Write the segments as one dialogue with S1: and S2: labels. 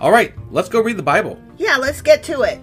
S1: All right, let's go read the Bible.
S2: Yeah, let's get to it.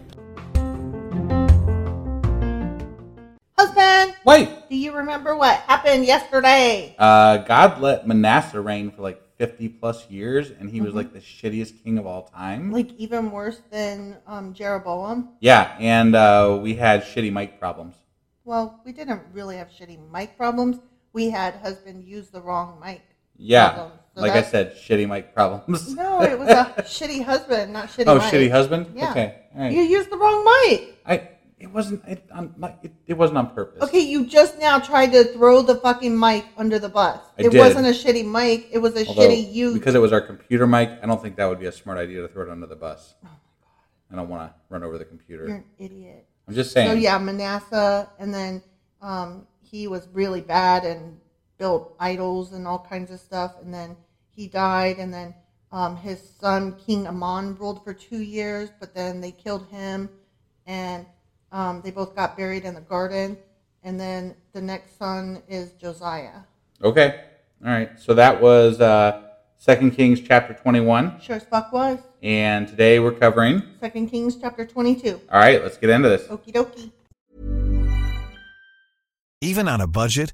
S2: Husband,
S1: Wait!
S2: do you remember what happened yesterday?
S1: Uh, God let Manasseh reign for like 50 plus years, and he was like the shittiest king of all time.
S2: Mm-hmm. Like even worse than um, Jeroboam.
S1: yeah, and uh, we had shitty mic problems.
S2: Well, we didn't really have shitty mic problems. We had husband use the wrong mic.
S1: Yeah,
S2: Problem. So
S1: like I
S2: that's-
S1: said, shitty mic problems.
S2: No, it was a shitty husband, not shitty.
S1: oh,
S2: mic.
S1: shitty husband.
S2: Yeah.
S1: Okay. All right.
S2: You used the wrong mic.
S1: I it wasn't it, on, my- it, it wasn't on purpose.
S2: Okay, you just now tried to throw the fucking mic under the bus.
S1: I
S2: it
S1: did.
S2: wasn't a shitty mic. It was a
S1: Although,
S2: shitty you.
S1: because it was our computer mic. I don't think that would be a smart idea to throw it under the
S2: Oh
S1: bus. I don't want to run over the computer.
S2: you're an idiot.
S1: I'm just saying.
S2: So yeah, Manasseh, and then um, he was really bad and built idols and all kinds of stuff, and then he died, and then um, his son King Amon ruled for two years, but then they killed him, and um, they both got buried in the garden, and then the next son is Josiah.
S1: Okay. All right. So that was uh, Second Kings chapter 21,
S2: Sure as fuck was.
S1: and today we're covering.
S2: Second Kings chapter twenty-two.
S1: All right, let's get into this.
S2: Okie dokie.
S3: Even on a budget,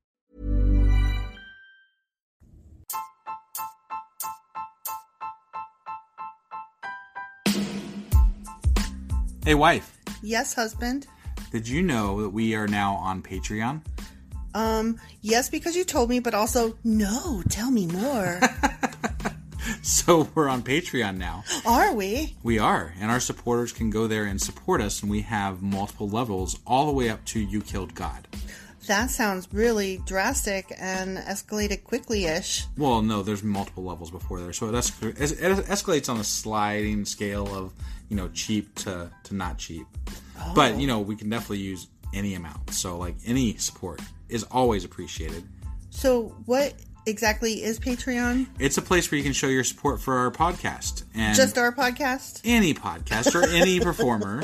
S1: Hey, wife,
S2: Yes, husband.
S1: did you know that we are now on Patreon?
S2: Um, yes, because you told me, but also, no, tell me more.
S1: So we're on Patreon now.
S2: Are we?
S1: We are, and our supporters can go there and support us, and we have multiple levels all the way up to You Killed God.
S2: That sounds really drastic and escalated quickly ish.
S1: Well, no, there's multiple levels before there, so it, es- it escalates on a sliding scale of you know cheap to to not cheap. But you know we can definitely use any amount, so like any support is always appreciated.
S2: So, what exactly is Patreon?
S1: It's a place where you can show your support for our podcast and
S2: Just our podcast?
S1: any podcast or any performer.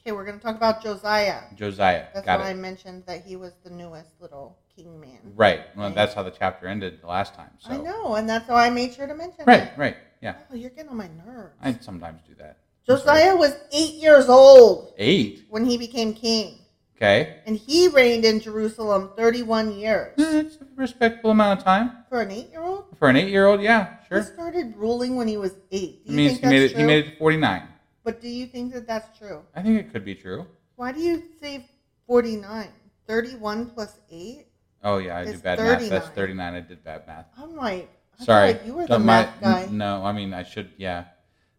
S2: Okay, we're going to talk about Josiah.
S1: Josiah,
S2: That's
S1: got
S2: why I
S1: it.
S2: mentioned that he was the newest little king man.
S1: Right. Well, that's how the chapter ended the last time. So.
S2: I know, and that's why I made sure to mention
S1: Right.
S2: it.
S1: Right. Yeah.
S2: Oh, you're getting on my nerves.
S1: I sometimes do that.
S2: Josiah was eight years old
S1: Eight.
S2: when he became king,
S1: Okay.
S2: and he reigned in Jerusalem 31 years.
S1: That's a respectable amount of time
S2: For an eight-year-old,
S1: for an eight-year-old. Yeah.
S2: he
S1: Sure.
S2: started ruling when he was eight.
S1: It
S2: Do you
S1: means he
S2: think that's
S1: made it.
S2: true?
S1: He made it to forty-nine.
S2: But do you think that that's true?
S1: I think it could be true.
S2: Why do you say 49? 31 plus 8?
S1: Oh yeah, I
S2: It's
S1: did bad math. That's
S2: 39.
S1: thirty-nine. I did bad math.
S2: I'm like, I
S1: Sorry,
S2: thought you were the
S1: Don't- my-
S2: math guy.
S1: n- No, I mean I should. Yeah,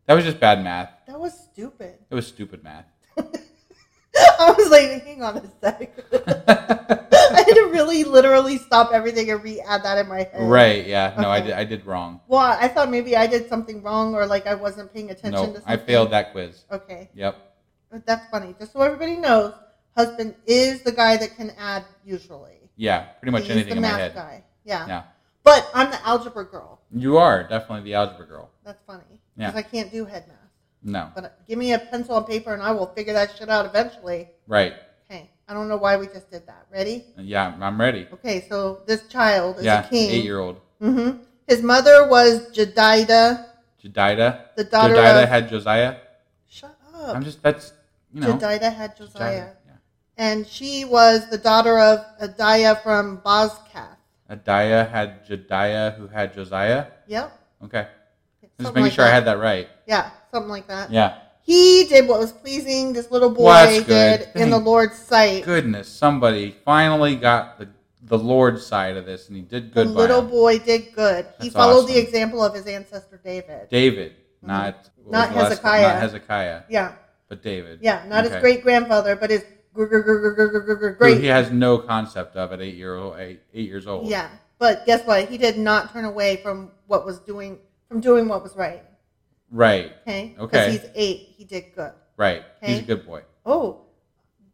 S1: that was just bad math.
S2: That was stupid.
S1: It was stupid math.
S2: I was like, hang on a sec. I had to really literally stop everything and re add that in my head.
S1: Right? Yeah. No, I
S2: Okay.
S1: did. I did wrong.
S2: Well, I thought maybe I did something wrong or like I wasn't paying attention to
S1: No,
S2: something.
S1: I failed that quiz.
S2: Okay.
S1: Yep.
S2: But that's funny. Just so everybody knows, husband is the guy that can add usually.
S1: Yeah. Pretty much
S2: He's
S1: anything
S2: the
S1: in my
S2: math
S1: head.
S2: guy. Yeah.
S1: Yeah.
S2: But I'm the algebra girl.
S1: You are definitely the algebra girl.
S2: That's funny.
S1: Yeah.
S2: Because I can't do head math.
S1: No.
S2: But uh, give me a pencil and paper and I will figure that shit out eventually.
S1: Right.
S2: Okay. I don't know why we just did that. Ready?
S1: Yeah. I'm ready.
S2: Okay, so this child is
S1: Yeah.
S2: a king.
S1: Eight-year-old.
S2: hmm His mother was Jedida.
S1: Jedida.
S2: The daughter
S1: Jedida
S2: of-
S1: had Josiah.
S2: Shut up.
S1: I'm just. That's you know.
S2: Jedida had
S1: Jedida,
S2: Josiah.
S1: Yeah.
S2: And she was the daughter of Adiah from Bozkath.
S1: Adiah had Jediah, who had Josiah.
S2: Yep.
S1: Okay. Just making
S2: Something like
S1: sure I
S2: that.
S1: had that right.
S2: Yeah, something like that.
S1: Yeah.
S2: He did what was pleasing, this little boy
S1: Well, that's good.
S2: did in the
S1: Thank
S2: Lord's sight.
S1: goodness, somebody finally got the the Lord's side of this, and he did
S2: The
S1: good. by
S2: little
S1: him.
S2: boy did good. he
S1: That's
S2: followed the
S1: awesome.
S2: example of his ancestor David.
S1: David, not what was
S2: Mm-hmm. Not
S1: the last-
S2: Hezekiah.
S1: not Hezekiah,
S2: yeah,
S1: but David.
S2: yeah. Not
S1: Okay.
S2: his great grandfather, but his gr- gr- gr- gr- gr- gr- gr-
S1: Who
S2: great
S1: He has no concept of at eight year old, eight, eight years old.
S2: Yeah, but guess what? He did not turn away from what was doing from doing what was right.
S1: Right.
S2: Okay.
S1: Okay.
S2: Because he's eight, he did good.
S1: Right. He's a
S2: Okay.
S1: good boy.
S2: Oh,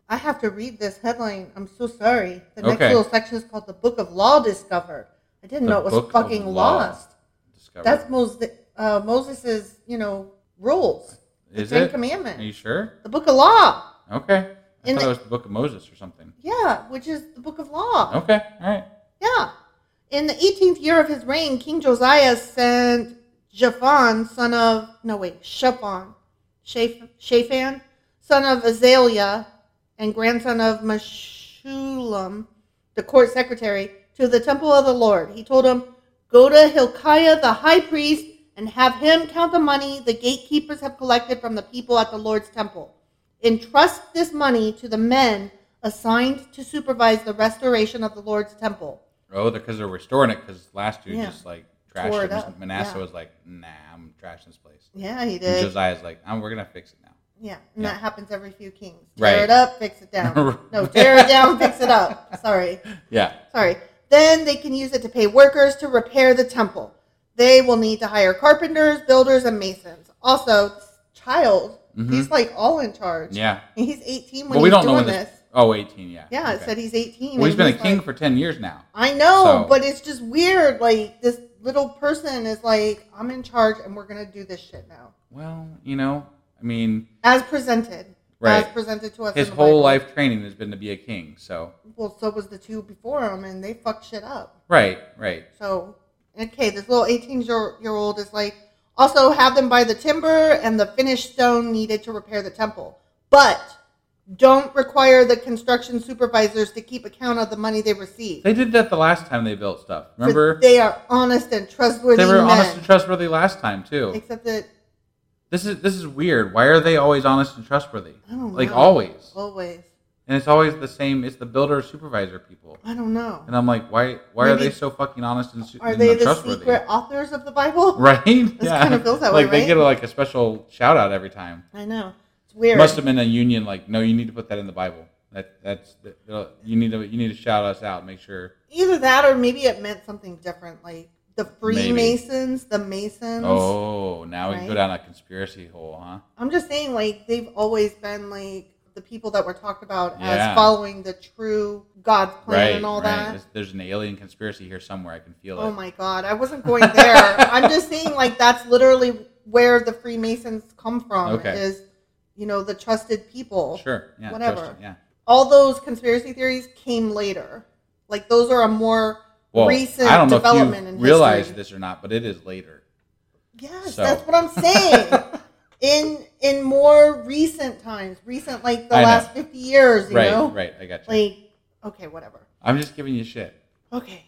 S2: I have to read this headline. I'm so sorry. The next
S1: Okay.
S2: little section is called "The Book of Law Discovered." I didn't
S1: The
S2: know it
S1: Book
S2: was
S1: of
S2: fucking
S1: Law
S2: lost.
S1: Discovered.
S2: That's Moses. Uh, Moses's, you know, rules. The
S1: Is
S2: Ten
S1: it?
S2: Commandments.
S1: Are you sure?
S2: The Book of Law.
S1: Okay. I
S2: In
S1: thought
S2: the-
S1: it was the Book of Moses or something.
S2: Yeah, which is the Book of Law.
S1: Okay. All right.
S2: Yeah. In the 18th year of his reign, King Josiah sent Japhan, son of, no wait, Shaphan, Shaph- Shaphan, son of Azaliah, and grandson of Meshulam, the court secretary, to the temple of the Lord. He told him, Go to Hilkiah the high priest and have him count the money the gatekeepers have collected from the people at the Lord's temple. Entrust this money to the men assigned to supervise the restoration of the Lord's temple.
S1: Oh, because they're restoring it because last dude
S2: Yeah.
S1: just like trashed
S2: Tore
S1: it.
S2: it up,
S1: Manasseh
S2: yeah.
S1: was like, nah, I'm trashing this place.
S2: Yeah, he
S1: And
S2: did.
S1: Josiah's like, I'm, we're going to fix it now.
S2: yeah, and that happens every few kings. Tear
S1: Right.
S2: it up, fix it down. no, tear it down, fix it up. Sorry.
S1: Yeah.
S2: Sorry. Then they can use it to pay workers to repair the temple. They will need to hire carpenters, builders, and masons. Also, this child, he's like all in charge.
S1: Mm-hmm. Yeah.
S2: And he's 18 when
S1: But we
S2: he's
S1: don't know
S2: doing
S1: when
S2: this.
S1: this. Oh, 18, yeah.
S2: Yeah, it
S1: Okay.
S2: said he's 18.
S1: Well, he's
S2: and
S1: been a king
S2: like-
S1: for 10 years now.
S2: I know,
S1: So-
S2: but it's just weird. Like, this little person is like, I'm in charge and we're going to do this shit now.
S1: Well, you know, I mean,
S2: As presented.
S1: Right.
S2: As presented to us.
S1: his
S2: in the
S1: whole
S2: Bible.
S1: life training has been to be a king. So,
S2: Well, so was the two before him, and they fucked shit up.
S1: right, right.
S2: So, okay, this little 18 year year old is like, also have them buy the timber and the finished stone needed to repair the temple. But don't require the construction supervisors to keep account of the money they receive.
S1: They did that the last time they built stuff.
S2: For
S1: Remember?
S2: They are honest and trustworthy
S1: They were
S2: men.
S1: honest and trustworthy last time, too.
S2: Except that
S1: This is this is weird. Why are they always honest and trustworthy?
S2: I don't
S1: like
S2: know.
S1: always.
S2: Always.
S1: And it's always the same. It's the builder supervisor people.
S2: I don't know.
S1: And I'm like, why why are
S2: Maybe-
S1: they so fucking honest and, su-
S2: Are
S1: and
S2: they the
S1: trustworthy?
S2: secret authors of the Bible?
S1: Right?
S2: kind of feels that
S1: like
S2: way,
S1: they get
S2: right?
S1: like a special shout out every time.
S2: I know. It's weird.
S1: Must have been a union. Like, no, you need to put that in the Bible. That that's you need to you need to shout us out. Make sure.
S2: Either that or maybe it meant something different. Like the
S1: Maybe.
S2: Freemasons, the Masons.
S1: Oh, now we can go
S2: Right.
S1: down a conspiracy hole, huh?
S2: I'm just saying, like, they've always been like the people that were talked about
S1: Yeah.
S2: as following the true God's plan
S1: right.
S2: and all
S1: right.
S2: that.
S1: There's, there's an alien conspiracy here somewhere. I can feel it.
S2: oh my God, I wasn't going there. I'm just saying, like, that's literally where the Freemasons come from
S1: Okay.
S2: is, you know, the trusted people.
S1: Sure. Yeah.
S2: Whatever.
S1: trust it, yeah.
S2: All those conspiracy theories came later. Like, those are a more
S1: Well,
S2: recent
S1: I don't know
S2: development
S1: if
S2: in
S1: you realize
S2: history.
S1: this or not, but it is later.
S2: Yes,
S1: So-
S2: that's what I'm saying. in in more recent times, recent like the
S1: I know.
S2: last 50 years, you
S1: right.
S2: know?
S1: Right. I got you.
S2: Like, okay, whatever.
S1: I'm just giving you shit.
S2: Okay.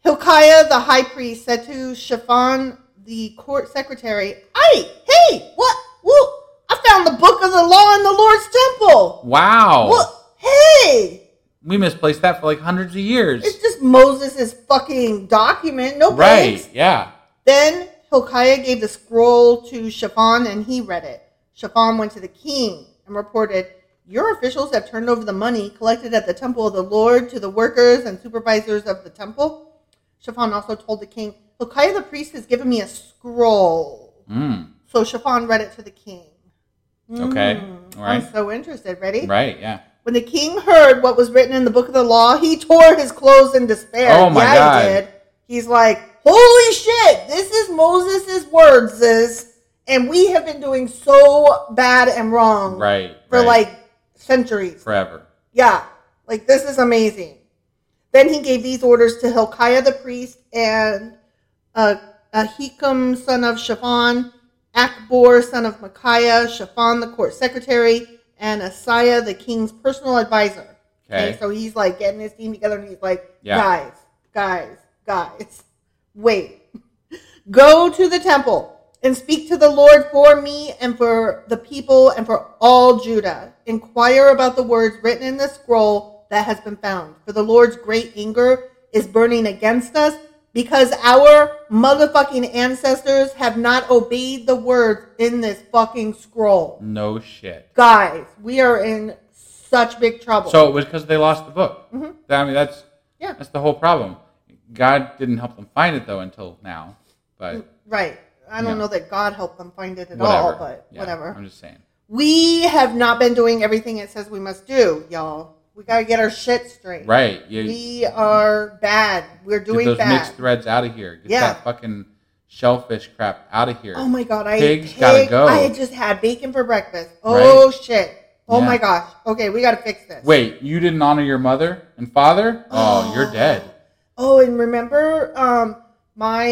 S2: Hilkiah the high priest said to Shaphan the court secretary, Hey, hey, what? Whoop! I found the book of the law in the Lord's temple.
S1: Wow.
S2: What? Hey!
S1: We misplaced that for like hundreds of years.
S2: It's just Moses' fucking document. No
S1: right.
S2: thanks.
S1: Yeah.
S2: Then Hilkiah gave the scroll to Shaphan and he read it. Shaphan went to the king and reported, Your officials have turned over the money collected at the temple of the Lord to the workers and supervisors of the temple. Shaphan also told the king, Hilkiah the priest has given me a scroll.
S1: Mm.
S2: So Shaphan read it to the king. Hmm.
S1: Okay. All right.
S2: I'm so interested. Ready?
S1: Right. Yeah.
S2: When the king heard what was written in the book of the law, he tore his clothes in despair.
S1: Oh my
S2: yeah,
S1: God.
S2: he did. He's like, "Holy shit! This is Moses' words, is, and we have been doing so bad and wrong
S1: Right.
S2: for
S1: right.
S2: like centuries.
S1: forever.
S2: Yeah, like this is amazing." Then he gave these orders to Hilkiah the priest and uh, Ahikam son of Shaphan, Akbor son of Micaiah, Shaphan the court secretary, and Asaiah the king's personal advisor.
S1: Okay.
S2: so he's like getting his team together and he's like,
S1: Yeah.
S2: guys, guys, guys, wait. Go to the temple and speak to the Lord for me and for the people and for all Judah. Inquire about the words written in the scroll that has been found. For the Lord's great anger is burning against us because our motherfucking ancestors have not obeyed the words in this fucking scroll.
S1: No shit.
S2: Guys, we are in such big trouble.
S1: So it was because they lost the book.
S2: Mm-hmm.
S1: I mean, that's
S2: Yeah.
S1: that's the whole problem. God didn't help them find it though until now. But
S2: right. I don't
S1: Yeah.
S2: know that God helped them find it at
S1: whatever.
S2: all, but
S1: Yeah,
S2: whatever.
S1: I'm just saying.
S2: we have not been doing everything it says we must do, y'all. We gotta get our shit straight.
S1: Right. You,
S2: We are bad. We're
S1: get
S2: doing
S1: those
S2: bad.
S1: mixed threads out of here. Get
S2: Yeah.
S1: that fucking shellfish crap out of here.
S2: Oh my god, I
S1: Pigs
S2: pig,
S1: gotta go.
S2: I had just had bacon for breakfast. Oh
S1: Right.
S2: shit. Oh
S1: Yeah.
S2: my gosh. Okay, we gotta fix this.
S1: Wait, you didn't honor your mother and father? Oh, you're dead.
S2: Oh, and remember, um, my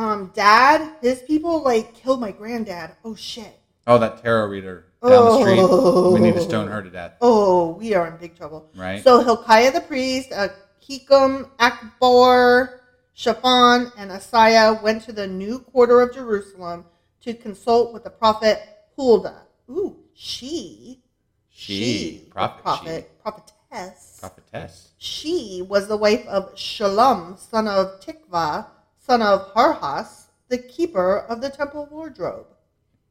S2: um dad, his people like killed my granddad. Oh shit.
S1: Oh, that tarot reader down the street. We need to stone her to death.
S2: Oh, we are in big trouble.
S1: Right.
S2: So Hilkiah the priest, uh, Hikam, Akbar, Shaphan and Asaiah went to the new quarter of Jerusalem to consult with the prophet Huldah. Ooh, she,
S1: She, prophet,
S2: prophet, prophetess.
S1: Prophetess.
S2: She was the wife of Shalom, son of Tikva, son of Harhas, the keeper of the temple wardrobe.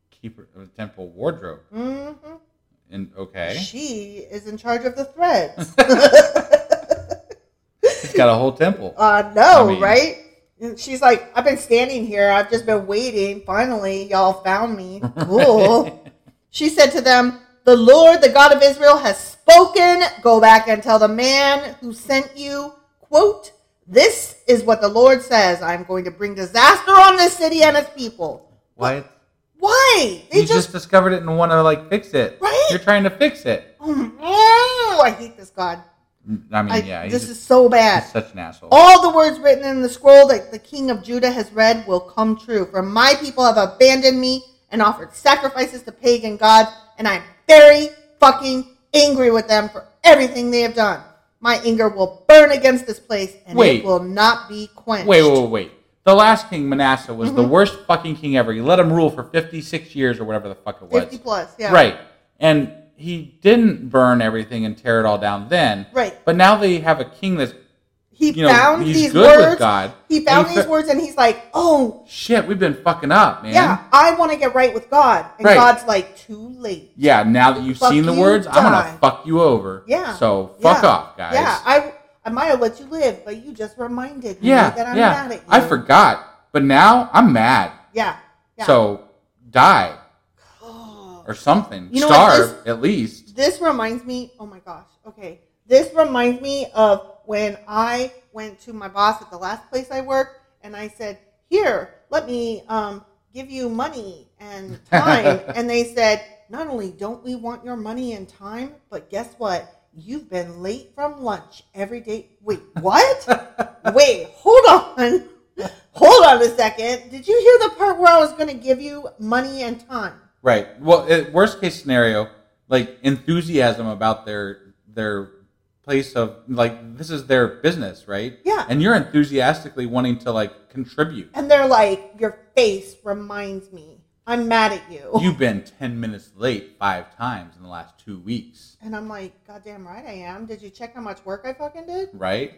S1: Keeper of the temple wardrobe.
S2: hmm
S1: And okay.
S2: She is in charge of the threads.
S1: It's got a whole temple.
S2: uh, no,
S1: I mean-
S2: right? And She's like, I've been standing here. I've just been waiting. Finally, y'all found me. Cool. she said to them, The Lord, the God of Israel, has spoken. Go back and tell the man who sent you, quote, This is what the Lord says. I'm going to bring disaster on this city and its people.
S1: Why?
S2: Why? They
S1: You just, discovered it and want to like fix it.
S2: Right?
S1: You're trying to fix it.
S2: Oh, I hate this God.
S1: I mean,
S2: I,
S1: yeah. he's
S2: this
S1: just-
S2: is so bad.
S1: he's such an asshole.
S2: All the words written in the scroll that the king of Judah has read will come true. For my people have abandoned me and offered sacrifices to pagan gods, and I'm very fucking angry with them for everything they have done. My anger will burn against this place, and
S1: Wait.
S2: it will not be quenched.
S1: Wait, wait, wait, wait. The last king, Manasseh, was
S2: Mm-hmm.
S1: the worst fucking king ever. You let him rule for 56 years or whatever the fuck it was.
S2: 50 plus, yeah.
S1: Right. And he didn't burn everything and tear it all down then.
S2: Right.
S1: But now they have a king that's
S2: He
S1: You know,
S2: found
S1: he's
S2: these
S1: good with
S2: words.
S1: God.
S2: He found
S1: He
S2: these
S1: fa-
S2: words, and he's like, "Oh,
S1: shit, we've been fucking up, man.
S2: yeah, I want to get right with God." And
S1: Right.
S2: God's like, "Too late."
S1: Yeah, now that you've
S2: Fuck
S1: seen the
S2: you,
S1: words, I'm
S2: die.
S1: gonna fuck you over.
S2: Yeah.
S1: So fuck
S2: yeah,
S1: off, guys.
S2: Yeah, I I might have let you live, but you just reminded me
S1: yeah,
S2: that I'm
S1: yeah.
S2: mad at you.
S1: I forgot, but now I'm mad.
S2: Yeah. yeah.
S1: So die or something.
S2: You know what,
S1: Starve at least.
S2: this reminds me. Oh my gosh. Okay. This reminds me of when I went to my boss at the last place I worked, and I said, "Here, let me um, give you money and time," and they said, "Not only don't we want your money and time, but guess what." You've been late from lunch every day. Wait, what? Wait, hold on. Hold on a second. Did you hear the part where I was going to give you money and time?
S1: Right. Well, it, worst case scenario, like enthusiasm about their their place of like this is their business, right?
S2: Yeah.
S1: And you're enthusiastically wanting to like contribute.
S2: And they're like, Your face reminds me. I'm mad at you.
S1: You've been ten minutes late five times in the last two weeks,
S2: and I'm like, God damn right I am. Did you check how much work I fucking did?
S1: right?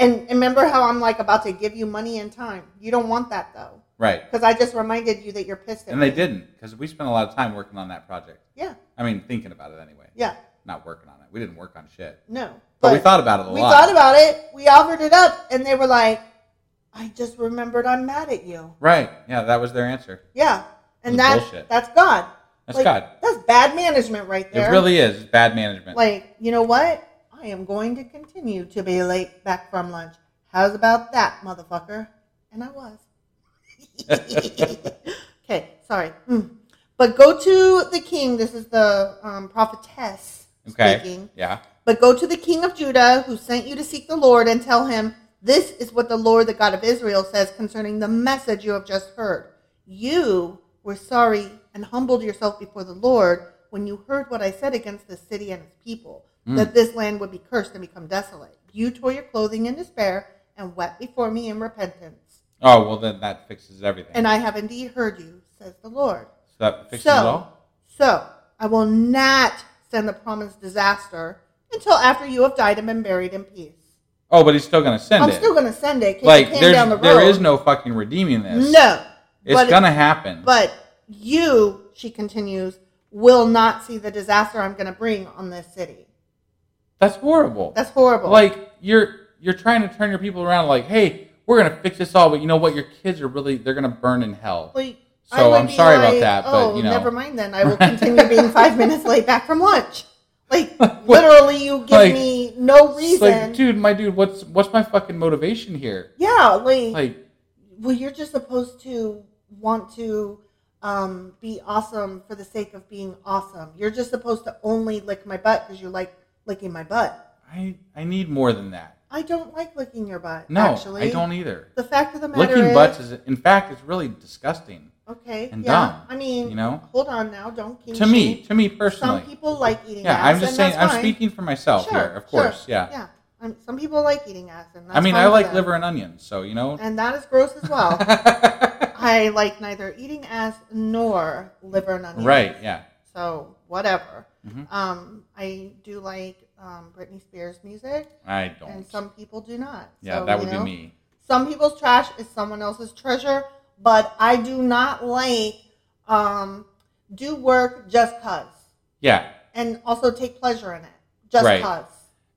S2: And and remember how I'm like about to give you money and time. You don't want that though.
S1: Right.
S2: Because I just reminded you that you're pissed at
S1: And they
S2: me.
S1: didn't because we spent a lot of time working on that project.
S2: Yeah.
S1: I mean, thinking about it anyway.
S2: Yeah.
S1: Not working on it. We didn't work on shit.
S2: No.
S1: But we thought about it a
S2: we
S1: lot.
S2: thought about it. We offered it up and they were like, I just remembered I'm mad at you.
S1: Right. Yeah, that was their answer.
S2: Yeah. And
S1: That's
S2: that
S1: bullshit.
S2: that's God.
S1: That's
S2: Like,
S1: God.
S2: That's bad management right there.
S1: It really is bad management.
S2: like, you know what? I am going to continue to be late back from lunch. How's about that, motherfucker? And I was. okay, sorry. Mm. But go to the king. This is the um, prophetess
S1: okay.
S2: speaking.
S1: Yeah.
S2: But go to the king of Judah who sent you to seek the Lord and tell him, This is what the Lord, the God of Israel, says concerning the message you have just heard. You were sorry and humbled yourself before the Lord when you heard what I said against this city and its people, that this land would be cursed and become desolate. You tore your clothing in despair and wept before me in repentance.
S1: Oh well, then that fixes everything.
S2: And I have indeed heard you, says the Lord.
S1: so that fixes
S2: So,
S1: it all.
S2: So, I will not send the promised disaster until after you have died and been buried in peace.
S1: Oh, but he's still gonna send
S2: I'm
S1: it.
S2: still going to send it. 'cause it
S1: like
S2: came
S1: there's
S2: down the road.
S1: there is no fucking redeeming this.
S2: no.
S1: It's
S2: but,
S1: gonna happen.
S2: But you, she continues, will not see the disaster I'm going to bring on this city.
S1: that's horrible.
S2: That's horrible.
S1: Like you're you're trying to turn your people around. Like, hey, we're gonna fix this all, but you know what? Your kids are really they're gonna burn in hell.
S2: Like,
S1: So
S2: would
S1: I'm
S2: be
S1: sorry about
S2: like,
S1: that, but,
S2: oh,
S1: you know."
S2: never mind then. I will continue being five minutes late back from lunch. Like literally, you give
S1: Like,
S2: me no
S1: It's
S2: reason.
S1: like, dude, my dude, what's what's my fucking motivation here?
S2: yeah,
S1: Like,
S2: well you're just supposed to want to um, be awesome for the sake of being awesome you're just supposed to only lick my butt because you like licking my butt
S1: I I need more than that.
S2: i don't like licking your butt
S1: No,
S2: actually
S1: I don't either.
S2: the fact of the matter
S1: Licking
S2: is,
S1: butts is, in fact, it's really disgusting.
S2: okay
S1: and
S2: yeah
S1: dumb,
S2: i mean
S1: you know?
S2: hold on now don't kink
S1: To me,
S2: shame.
S1: to me personally.
S2: some people like eating
S1: yeah,
S2: ass,
S1: I'm just
S2: and
S1: saying.
S2: that's
S1: I'm
S2: fine.
S1: speaking for myself
S2: Sure,
S1: here, of
S2: sure,
S1: course. Yeah.
S2: yeah Um, some people like eating ass, and that's
S1: I mean,
S2: fine
S1: I
S2: for
S1: like
S2: them.
S1: liver and onions, so you know.
S2: and that is gross as well. I like neither eating ass nor liver and onions.
S1: Right? Mm-hmm. Yeah.
S2: So whatever. Um, I do like um, Britney Spears music,
S1: I don't.
S2: and some people do not.
S1: yeah,
S2: So,
S1: that
S2: you
S1: would
S2: know,
S1: be me.
S2: Some people's trash is someone else's treasure, but I do not like um, do work just cause,
S1: Yeah,
S2: and also take pleasure in it just
S1: Right.
S2: cause.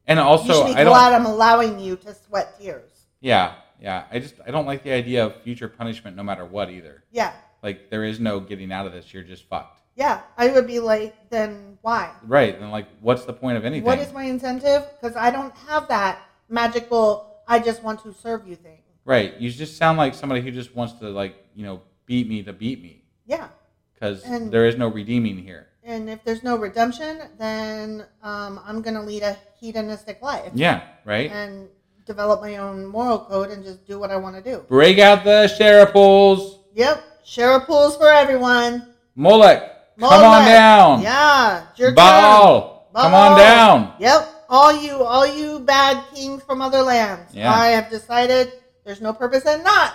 S1: and
S2: You
S1: also
S2: should be
S1: I don't.
S2: glad I'm allowing you to sweat tears.
S1: yeah, yeah. I just I don't like the idea of future punishment, no matter what, either.
S2: Yeah,
S1: Like there is no getting out of this. You're just fucked.
S2: yeah. I would be like, then why?
S1: Right? And like, what's the point of anything?
S2: What is my incentive? Because I don't have that magical. I just want to serve you thing.
S1: right? You just sound like somebody who just wants to like you know beat me to beat me
S2: Yeah.
S1: because
S2: And-
S1: there is no redeeming here.
S2: And if there's no redemption, then um, I'm going to lead a hedonistic life
S1: Yeah. Right.
S2: and develop my own moral code and just do what I want to do.
S1: Break out the sharepools.
S2: Yep. Share a pools for everyone.
S1: Molech, come on
S2: Molech.
S1: down.
S2: Yeah. it's your
S1: Baal,
S2: turn.
S1: come on down.
S2: Yep. All you, all you bad kings from other lands.
S1: Yeah.
S2: I have decided there's no purpose in not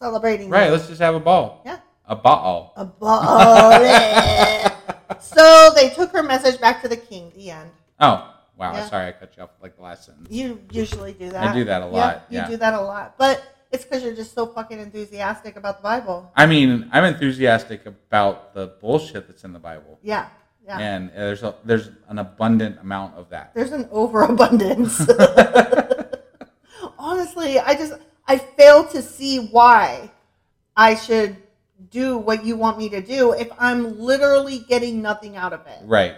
S2: celebrating.
S1: Right.
S2: you.
S1: Let's just have a ball.
S2: Yeah.
S1: A ball.
S2: A ball. so they took her message back to the king. The end.
S1: Oh, wow.
S2: Yeah.
S1: Sorry, I cut you off like the last sentence.
S2: You usually do that.
S1: do that a
S2: Yeah,
S1: lot,
S2: you
S1: yeah.
S2: do that a lot, but it's because you're just so fucking enthusiastic about the Bible.
S1: I mean, I'm enthusiastic about the bullshit that's in the Bible,
S2: Yeah, yeah.
S1: and uh, there's a, there's an abundant amount of that.
S2: There's an overabundance. Honestly, I just I fail to see why I should do what you want me to do if I'm literally getting nothing out of it.
S1: Right.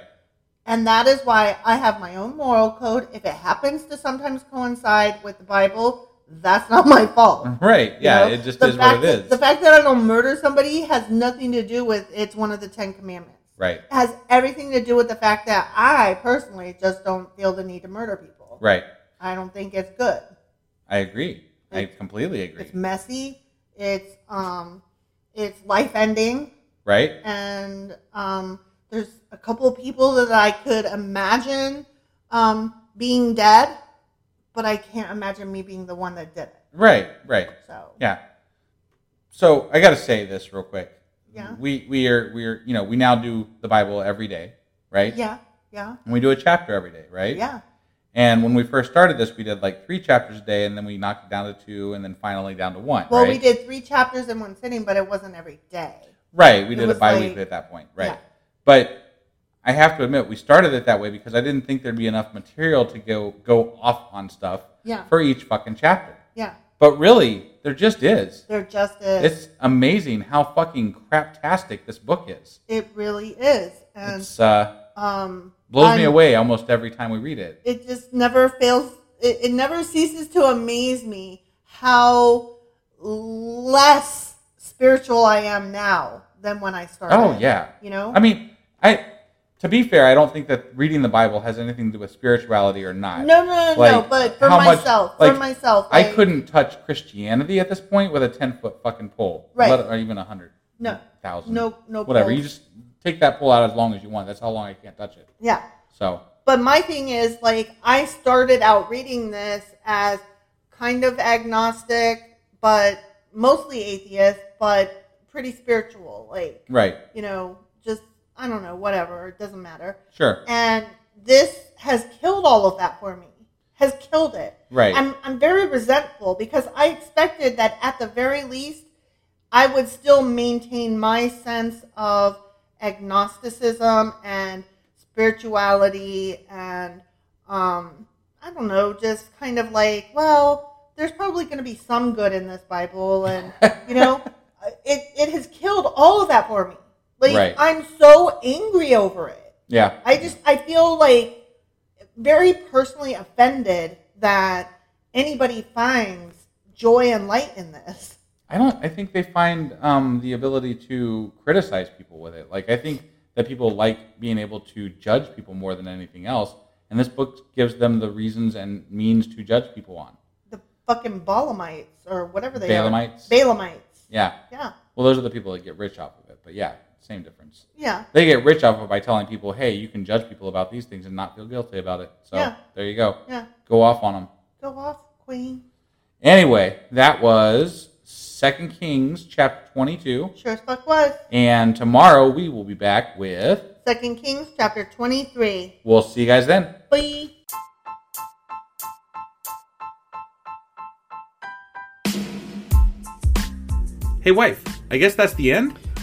S2: And that is why I have my own moral code. If it happens to sometimes coincide with the Bible, that's not my fault.
S1: Right.
S2: You
S1: Mm. Yeah.
S2: know?
S1: It just
S2: The
S1: is what
S2: fact
S1: it
S2: that-
S1: is.
S2: The fact that I don't murder somebody has nothing to do with it's one of the Ten Commandments.
S1: right.
S2: It has everything to do with the fact that I personally just don't feel the need to murder people.
S1: Right.
S2: I don't think it's good.
S1: I agree. I completely agree.
S2: It's messy. It's um, it's life ending,
S1: Right.
S2: and um, there's a couple of people that I could imagine um, being dead, but I can't imagine me being the one that did it.
S1: Right. Right.
S2: So
S1: Yeah. So I got to say this real quick.
S2: Yeah.
S1: We we are we are you know we now do the Bible every day, right?
S2: yeah, yeah,
S1: And we do a chapter every day, right?
S2: yeah.
S1: And when we first started this, we did like three chapters a day, and then we knocked it down to two, and then finally down to one.
S2: Well,
S1: right?
S2: we did three chapters in one sitting, but it wasn't every day.
S1: Right, we
S2: It
S1: did
S2: was
S1: it bi-weekly
S2: like-
S1: at that point. Right,
S2: Yeah.
S1: but I have to admit, we started it that way because I didn't think there'd be enough material to go go off on stuff
S2: Yeah.
S1: for each fucking chapter.
S2: Yeah,
S1: But really, there just is.
S2: there just is.
S1: It's amazing how fucking craptastic this book is.
S2: it really is, and
S1: It's uh,
S2: um,
S1: blows me
S2: I'm-
S1: away almost every time we read it.
S2: It just never fails. It, it never ceases to amaze me how less spiritual I am now than when I started.
S1: Oh yeah.
S2: you know.
S1: I mean, I to be fair, I don't think that reading the Bible has anything to do with spirituality or not.
S2: No, no, no, no, but for
S1: how much-
S2: myself, for myself,
S1: I
S2: like-
S1: couldn't touch Christianity at this point with a ten foot fucking pole,
S2: Right.
S1: Let- or even a hundred,
S2: No.
S1: thousand,
S2: No- no
S1: whatever.
S2: poles.
S1: You just take that pole out as long as you want. That's how long I can't touch it.
S2: yeah.
S1: So
S2: But my thing is, like, I started out reading this as kind of agnostic, but mostly atheist, but pretty spiritual. Like,
S1: right,
S2: you know, just, I don't know, whatever. It doesn't matter.
S1: sure,
S2: And this has killed all of that for me. Has killed it.
S1: Right.
S2: I'm, I'm very resentful because I expected that at the very least, I would still maintain my sense of agnosticism and spirituality and um, I don't know, just kind of like, well, there's probably going to be some good in this Bible, and you know, it it has killed all of that for me. Like
S1: Right.
S2: I'm so angry over it.
S1: yeah,
S2: I just I feel like very personally offended that anybody finds joy and light in this.
S1: I don't. I think they find um, the ability to criticize people with it. Like I think that people like being able to judge people more than anything else, and this book gives them the reasons and means to judge people on.
S2: The fucking Balamites or whatever they
S1: Balaamites?
S2: are. Balamites.
S1: Yeah.
S2: Yeah.
S1: Well, those are the people that get rich off of it.
S4: but yeah, same difference.
S2: Yeah.
S4: They get rich off of it by telling people, hey, you can judge people about these things and not feel guilty about it. So
S2: Yeah.
S4: there you go.
S2: Yeah.
S4: Go off on them.
S2: Go off, Queen.
S4: Anyway, that was Second Kings chapter 22.
S2: Sure as fuck was.
S4: And tomorrow we will be back with.
S2: Second Kings chapter 23.
S4: We'll see you guys then.
S2: Bye.
S1: Hey, wife, I guess that's the end?